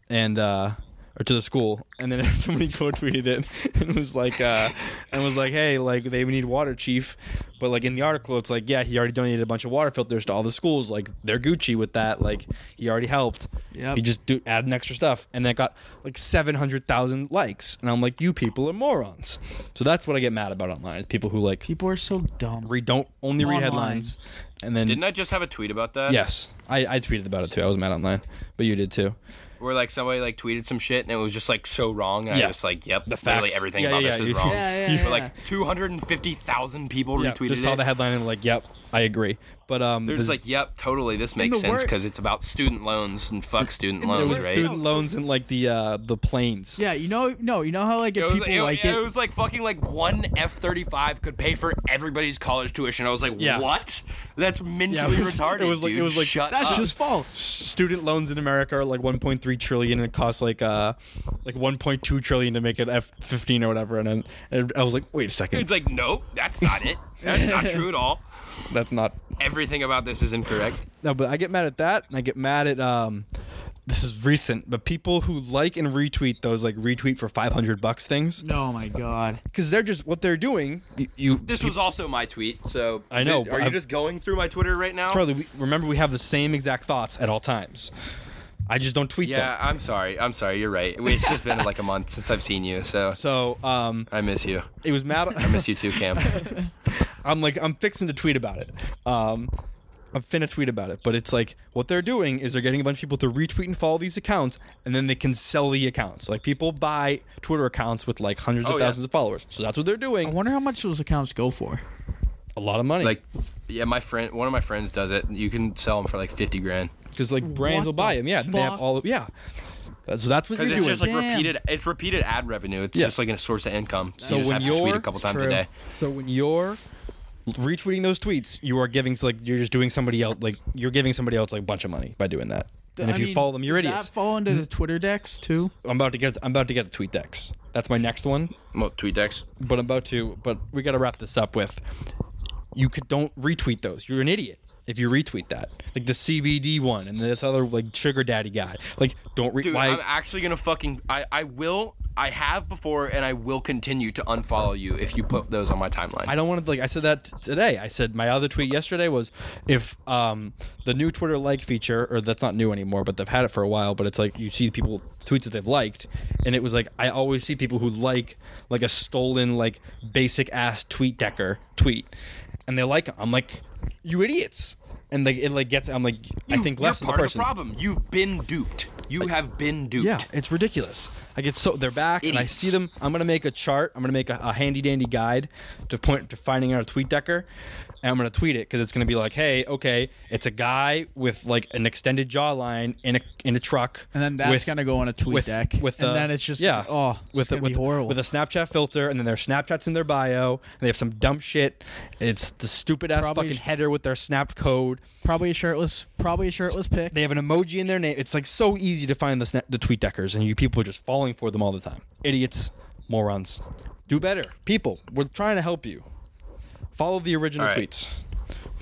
and uh or to the school and then somebody quote tweeted it and was like uh and was like hey like they need water chief but like in the article it's like yeah he already donated a bunch of water filters to all the schools like they're gucci with that like he already helped
Yep.
he just do add an extra stuff and that got like 700000 likes and i'm like you people are morons so that's what i get mad about online is people who like
People are so dumb.
read don't only read
Online.
headlines and then
Didn't I just have a tweet about that?
yes I, I tweeted about it too i was mad online but you did too
Where like somebody like tweeted some shit and it was just like so wrong, and
Yeah.
I just like, yep,
The
literally
facts.
everything
Yeah,
about
yeah,
this
yeah.
is
You-
wrong.
Yeah, yeah,
But
yeah.
like two hundred and fifty thousand people
yeah,
retweeted
just saw
it.
the headline and like yep i agree but um
They're
this-
just like, yep, totally, this makes
the
sense
wor-
because it's about student loans and fuck student
It
loans,
was
right?
student loans and like the uh the planes.
Yeah, you know, no, you know how like if
It was,
people
it-
like
it
it,
was like fucking like one F thirty five could pay for everybody's college tuition. I was like,
Yeah.
what? That's
Yeah,
mentally
it was-
retarded.
it was like- it
dude.
was like-
shut
that's
up.
just false.
Student loans in America are like 1.3 trillion, and it costs like uh like 1.2 trillion to make an F-15 or whatever. And, then, and I was like, wait a second,
It's like, nope, that's not it. That's not true at all.
that's not.
Everything about this is incorrect.
No, but I get mad at that, and I get mad at um. This is recent, but people who like and retweet those like retweet for 500 bucks things
Oh my god.
because they're just what they're doing. You, you
This was also my tweet. So
I know,
Are you
I've-
just going through my Twitter right now?
Charlie, we, remember we have the same exact thoughts at all times. I just don't tweet
Yeah,
them.
I'm sorry. I'm sorry. You're right. It's just been like a month since I've seen you, so
So um,
I miss you.
it was mad.
Miss you too, Cam.
I'm like I'm fixing to tweet about it. Um, I'm finna tweet about it, but it's like what they're doing is they're getting a bunch of people to retweet and follow these accounts, and then they can sell the accounts. Like people buy Twitter accounts with like hundreds
Oh,
of
yeah.
thousands of followers, so that's what they're
I
doing.
wonder how much those accounts go for.
A lot of money,
Like, yeah, my friend, one of my friends does it. You can sell them for like fifty grand.
because like brands will
What
buy
the
them. Yeah, they have
fuck?
all. Yeah, that's that's what they're doing.
Because it's just like
Damn.
repeated. It's repeated ad revenue. It's
Yeah.
just like a source of income. So
So
you just
when
have to tweet
you're-
a couple
it's
times
true.
a day.
So when you're retweeting those tweets, you are giving like you're just doing somebody else like you're giving somebody else like a bunch of money by doing that. And if
I
you
mean,
follow them, you're
does
idiots.
That fall into the Twitter decks too.
I'm about to get I'm about to get the tweet decks. That's my next one.
Well, tweet decks.
But I'm about to but we got to wrap this up with you could don't retweet those. You're an idiot if you retweet that. Like the CBD one and this other like sugar daddy guy. Like don't re-
Dude,
why
I'm actually gonna fucking. I I will. I have before, and I will continue to unfollow you if you put those on my timeline.
I don't want to like I said that t- today. I said my other tweet yesterday was if um the new Twitter like feature or that's not new anymore, but they've had it for a while, but it's like you see people tweets that they've liked and it was like I always see people who like like a stolen like basic ass tweet decker tweet and they like 'em. I'm like you idiots. And like it like gets I'm like I
You-
think less
you're
of the
part
person.
Of the problem. You've been duped. You have been duped.
Yeah, it's ridiculous. I get so they're back, and I
Idiots.
see them. I'm gonna make a chart. I'm gonna make a, a handy dandy guide to point to finding out a tweet decker, and I'm gonna tweet it because it's gonna be like, hey, okay, it's a guy with like an extended jawline in a in a truck,
And then that's
with-
gonna go on a tweet
with,
deck,
with
and
a-
then it's just-
yeah,
oh, it's
with a-
gonna be
with,
horrible.
with a Snapchat filter, and then their Snapchats in their bio, and they have some dumb shit. And it's the stupid ass
Probably-
fucking header with their Snap code.
Probably a shirtless. Probably a shirtless pic.
They have an emoji in their name. It's like so easy to find the sna- the tweet deckers, and you people are just falling for them all the time. Idiots, morons, do better, people. We're trying to help you. Follow the original
All right.
tweets.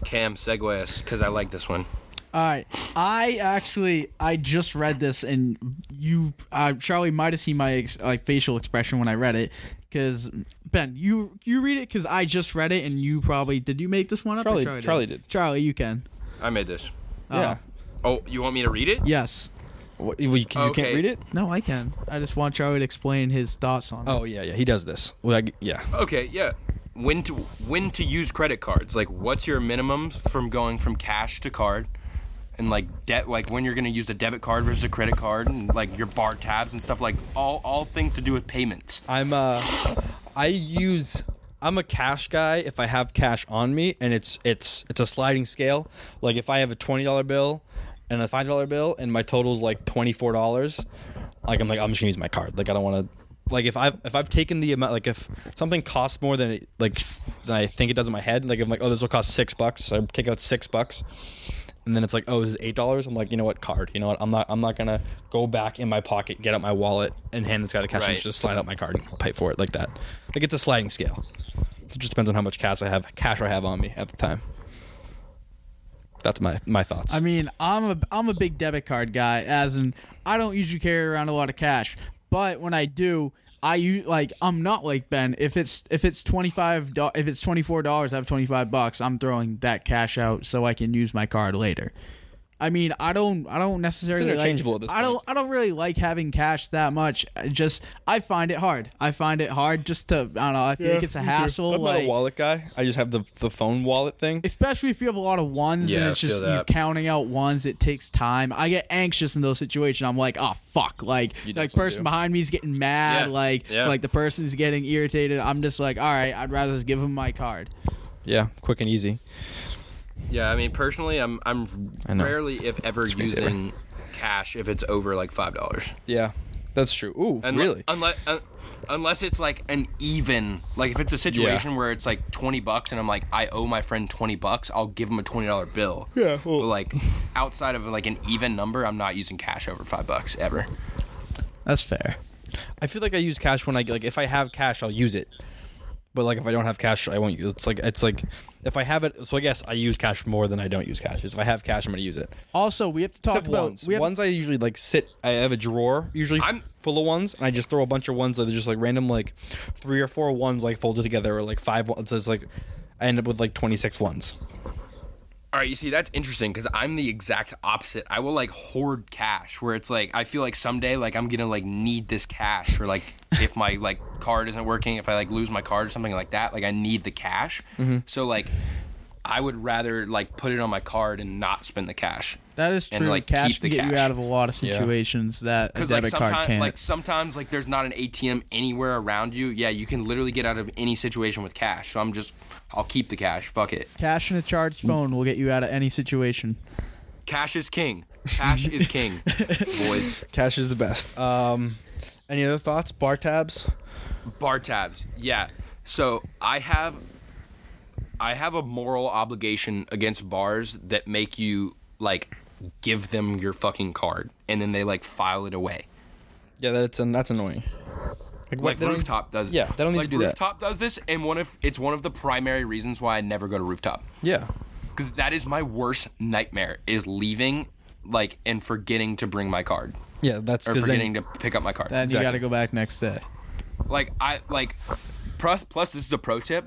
Cam, segue us because I like this one.
All right. I actually I just read this and you uh, Charlie might have seen my ex- like facial expression when I read it cuz Ben, you you read it cuz I just read it and you probably did you make this one up? or
Charlie- Charlie did.
Charlie, you can. Uh,
I made this.
Uh-huh.
yeah.
Oh, you want me to read it?
Yes.
What, you, you can, you can't
Okay.
read it.
No, I can. I just want Charlie to explain his thoughts on it.
Oh yeah, yeah. He does this. Well, I g- yeah.
Okay, yeah. When to when to use credit cards? Like, what's your minimums from going from cash to card, and like debt? Like when you're gonna use a debit card versus a credit card, and like your bar tabs and stuff. Like all all things to do with payments.
I'm uh, I use. I'm a cash guy if I have cash on me, and it's it's it's a sliding scale. Like if I have a twenty dollar bill and a five dollar bill, and my total's like twenty four dollars, like I'm like I'm just gonna use my card. Like I don't want to. Like if I've if I've taken the amount, like if something costs more than it, like than I think it does in my head, like I'm like oh this will cost six bucks, so I take out six bucks, and then it's like oh this is eight dollars. I'm like you know what card, you know what I'm not I'm not gonna go back in my pocket, get out my wallet, and hand this guy the cash and
Right.
just slide out my card and pay for it like that. Like it's a sliding scale. It just depends on how much cash I have cash I have on me at the time. That's my my thoughts.
I mean, I'm a I'm a big debit card guy, as in I don't usually carry around a lot of cash, but when I do, I use like I'm not like Ben. If it's if it's twenty five if it's twenty four dollars, I have twenty five bucks. I'm throwing that cash out so I can use my card later. I mean, I don't I don't necessarily like-
interchangeable at this
I don't
point.
I don't really like having cash that much. I just I find it hard. I find it hard just to I don't know. I feel like it's a hassle.
I'm not
like,
a wallet guy. I just have the the phone wallet thing.
especially if you have a lot of ones
Yeah,
and
I
it's just
feel
you
that.
counting out ones it takes time i get anxious in those situations i'm like oh fuck like like
definitely
person
do.
behind me is getting mad
Yeah,
like
yeah.
like the person's getting irritated i'm just like all right i'd rather just give him my card
Yeah, quick and easy.
Yeah, I mean personally, I'm I'm
I know.
rarely if ever
Screensaver.
using cash if it's over like five dollars.
Yeah, that's true. Ooh,
Unle-
really?
Unless uh, unless it's like an even like if it's a situation where it's like twenty bucks and I'm like I owe my friend twenty bucks, I'll give him a twenty dollar bill.
Yeah, well-
But like outside of like an even number, I'm not using cash over five bucks ever.
that's fair
I feel like I use cash when I like if I have cash, I'll use it. But like if I don't have cash, I won't use. It's like it's like if I have it. So I guess I use cash more than I don't use cash. If I have cash, I'm gonna use it.
also we have to talk
Except
about
ones.
we have,
ones I usually like sit. I have a drawer usually
I'm-
full of ones, and I just throw a bunch of ones that are just like random, like three or four ones like folded together, or like five ones. So it's like I end up with like 26 ones.
All right, you see that's interesting because I'm the exact opposite. I will like hoard cash where it's like I feel like someday like I'm gonna like need this cash or like if my like
Mm-hmm.
card isn't working, if I like lose my card or something like that, like I need the cash. So like I would rather like put it on my card and not spend the cash.
That is true.
And, like,
cash
keep the
can get you
cash.
out of a lot of
Yeah.
situations that a
Because like
debit card
sometimes,
can't.
like sometimes, like there's not an ATM anywhere around you. Yeah, you can literally get out of any situation with cash. So I'm just, I'll keep the cash. Fuck it.
cash and a
Mm.
charged phone will get you out of any situation.
Cash is king. Cash is king, boys.
Cash is the best. Um, any other thoughts? Bar tabs.
Bar tabs. Yeah. So I have, I have a moral obligation against bars that make you like give them your fucking card and then they like file it away.
Yeah, that's an, that's annoying. what,
Like
they don't- e-,
rooftop does.
yeah, they don't need
like
to do that.
rooftop does this, and one of it's one of the primary reasons why I never go to rooftop.
Yeah.
Because that is my worst nightmare is leaving, like, and forgetting to bring my card
Yeah, that's
or
because
forgetting
then
to pick up my card.
Then
Exactly.
you got to go back next day.
like I like plus plus this is a pro tip.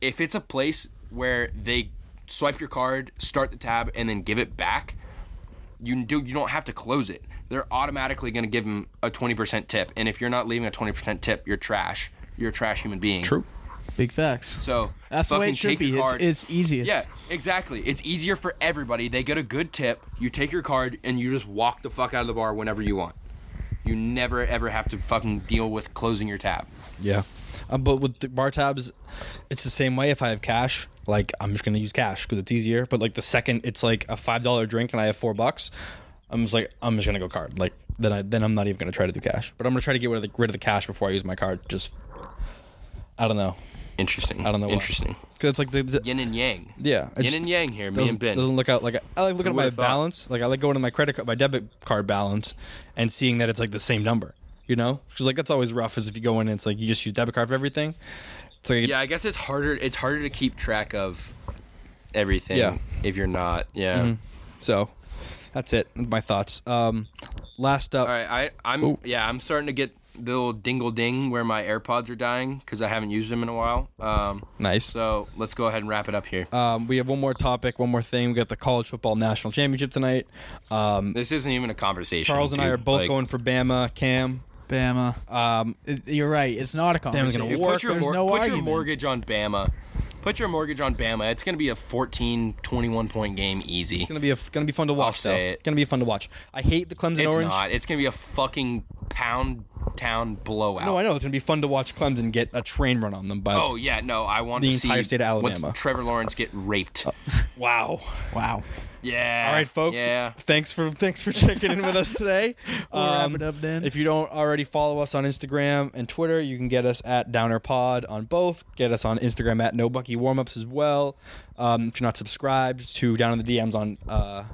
If it's a place where they swipe your card, start the tab, and then give it back, you do you don't have to close it. They're automatically going to give them a twenty percent tip, and if you're not leaving a twenty percent tip, you're trash. You're a trash human being.
true.
Big facts.
So
That's the
fucking
way it should
take
be.
your
It's,
card.
it's easiest.
yeah, exactly. It's easier for everybody. They get a good tip. You take your card and you just walk the fuck out of the bar whenever you want. You never ever have to fucking deal with closing your tab.
Yeah. Um, but with the bar tabs, it's the same way. If I have cash, like I'm just gonna use cash because it's easier. But like the second it's like a five dollar drink and I have four bucks, I'm just like I'm just gonna go card. Like then I then I'm not even gonna try to do cash. But I'm gonna try to get rid of the, rid of the cash before I use my card. Just I don't know.
Interesting.
I don't know. why.
Interesting.
'Cause it's like the, the
Yin and yang.
yeah. it's-
Yin and yang here, me
doesn't,
and Ben.
doesn't look out like I like looking at my
would've thought?
balance. Like I like going to my credit card, my debit card balance, and seeing that it's like the same number. You know, because like that's always rough. Is if you go in and it's like you just use debit card for everything. It's like
yeah, I guess it's harder it's harder to keep track of everything
Yeah. Mm-hmm.
if you're not. Yeah.
So that's it. My thoughts. Um, last up.
All right, I I'm yeah, I'm starting to get the little dingle ding where my AirPods are dying cuz I haven't used them in a while. Um
Nice.
So, let's go ahead and wrap it up here.
Um, we have one more topic, one more thing. We got the college football national championship tonight. Um,
This isn't even a conversation.
Charles and I
dude.
are both
Like,
going for Bama. Cam.
Bama.
Um,
It- you're right. It's not a
gonna
conversation.
work.
Put your,
There's
mor-
no
put your
argument.
mortgage on Bama. Put your mortgage on Bama. It's going to be a 14, 21 point game easy.
It's gonna be a, gonna be fun to watch.
say
though.
it.
Gonna be fun to watch. I hate the Clemson
It's
orange.
not. It's going to be a fucking pound town blowout.
No, I know it's gonna be fun to watch Clemson get a train run on them. But
Oh yeah, no, I want
The
to
entire
see
state of
what's
Alabama.
Trevor Lawrence get raped.
wow.
Wow.
Yeah.
All right, folks.
Ah, Yeah.
Thanks for thanks for checking in with us today. Um,
wrap it up then.
If you don't already follow us on Instagram and Twitter, you can get us at Downer Pod on both. Get us on Instagram at No Bucky Warmups as well. Um, if you're not subscribed to Down in the DMs on uh,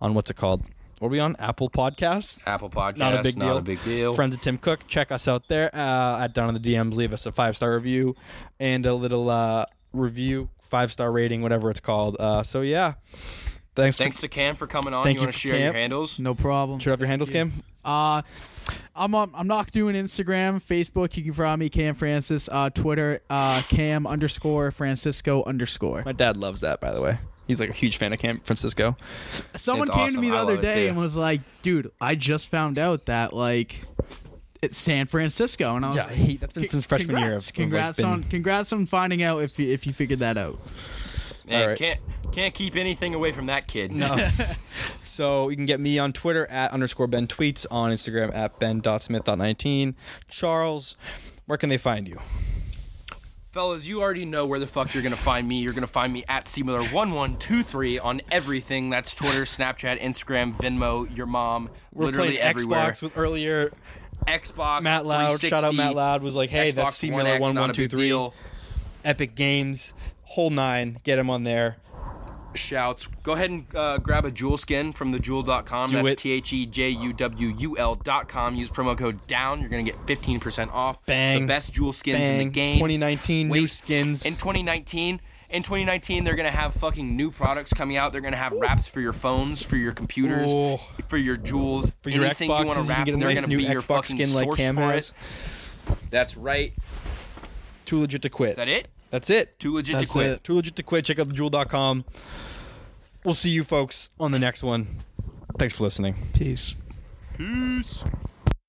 on what's it called? What are we on? Apple Podcasts.
Apple Podcast.
Not a big deal.
Not a big deal.
Friends of Tim Cook, check us out there uh, at Down in the DMs. Leave us a five star review and a little uh, review, five star rating, whatever it's called. Uh, so yeah, thanks. for-
Thanks to Cam for coming on.
Thank
you
you
want
for
to share
Cam.
your handles?
No problem.
Should I have your handles, Cam?
Uh, I'm on, I'm not doing Instagram, Facebook. You can follow me, Cam Francis. Uh, Twitter, uh, Cam underscore Francisco underscore.
My dad loves that, by the way. He's like a huge fan of Cam Francisco.
Someone
It's
came
awesome.
to me the
I
other
love it
day
too.
and was like, "Dude, I just found out that like it's San Francisco," and I was
Yeah, I
like,
hate Oh, that's been
"Con-
since freshman year.
congrats.
I've- I've, like,
Congrats
been-
on congrats on finding out if you, if you figured that out.
Man,
All right.
can't can't keep anything away from that kid. No.
So you can get me on Twitter at underscore Ben tweets on Instagram at ben.smith.19. Charles, where can they find you?
Fellas, you already know where the fuck you're gonna find me. You're gonna find me at cmiller1123 on everything. That's Twitter, Snapchat, Instagram, Venmo, your mom,
We're
literally
playing
everywhere.
Xbox with earlier.
Xbox,
Matt Loud, shout out
360,
Matt Loud was like, hey,
Xbox
that's C
One
Miller
X,
one
not
one
a
two
big
three.
deal.
Epic Games, whole nine. Get him on there.
shouts. Go ahead and uh, grab a jewel skin from thejewel.com.
Do it.
That's T H E J U W U L.com. Use promo code DOWN. You're going to get 15% off.
Bang.
The best jewel skins in
Bang.
the game.
2019 new
Wait,
skins.
In 2019. In 2019, they're gonna have fucking new products coming out. They're gonna have wraps for your phones, for your computers,
Ooh.
for your jewels,
for your
anything
Xboxes,
you want to
can
wrap.
get a
they're
nice
gonna
new
be your
Xbox
fucking
skin like
source
Cam
for
has.
it. That's right. Is
Too legit to quit.
that it?
That's it.
Too legit
That's
to quit.
it.
Too legit to quit. Check out thejewel.com. We'll see you folks on the next one. Thanks for listening.
Peace."
Peace.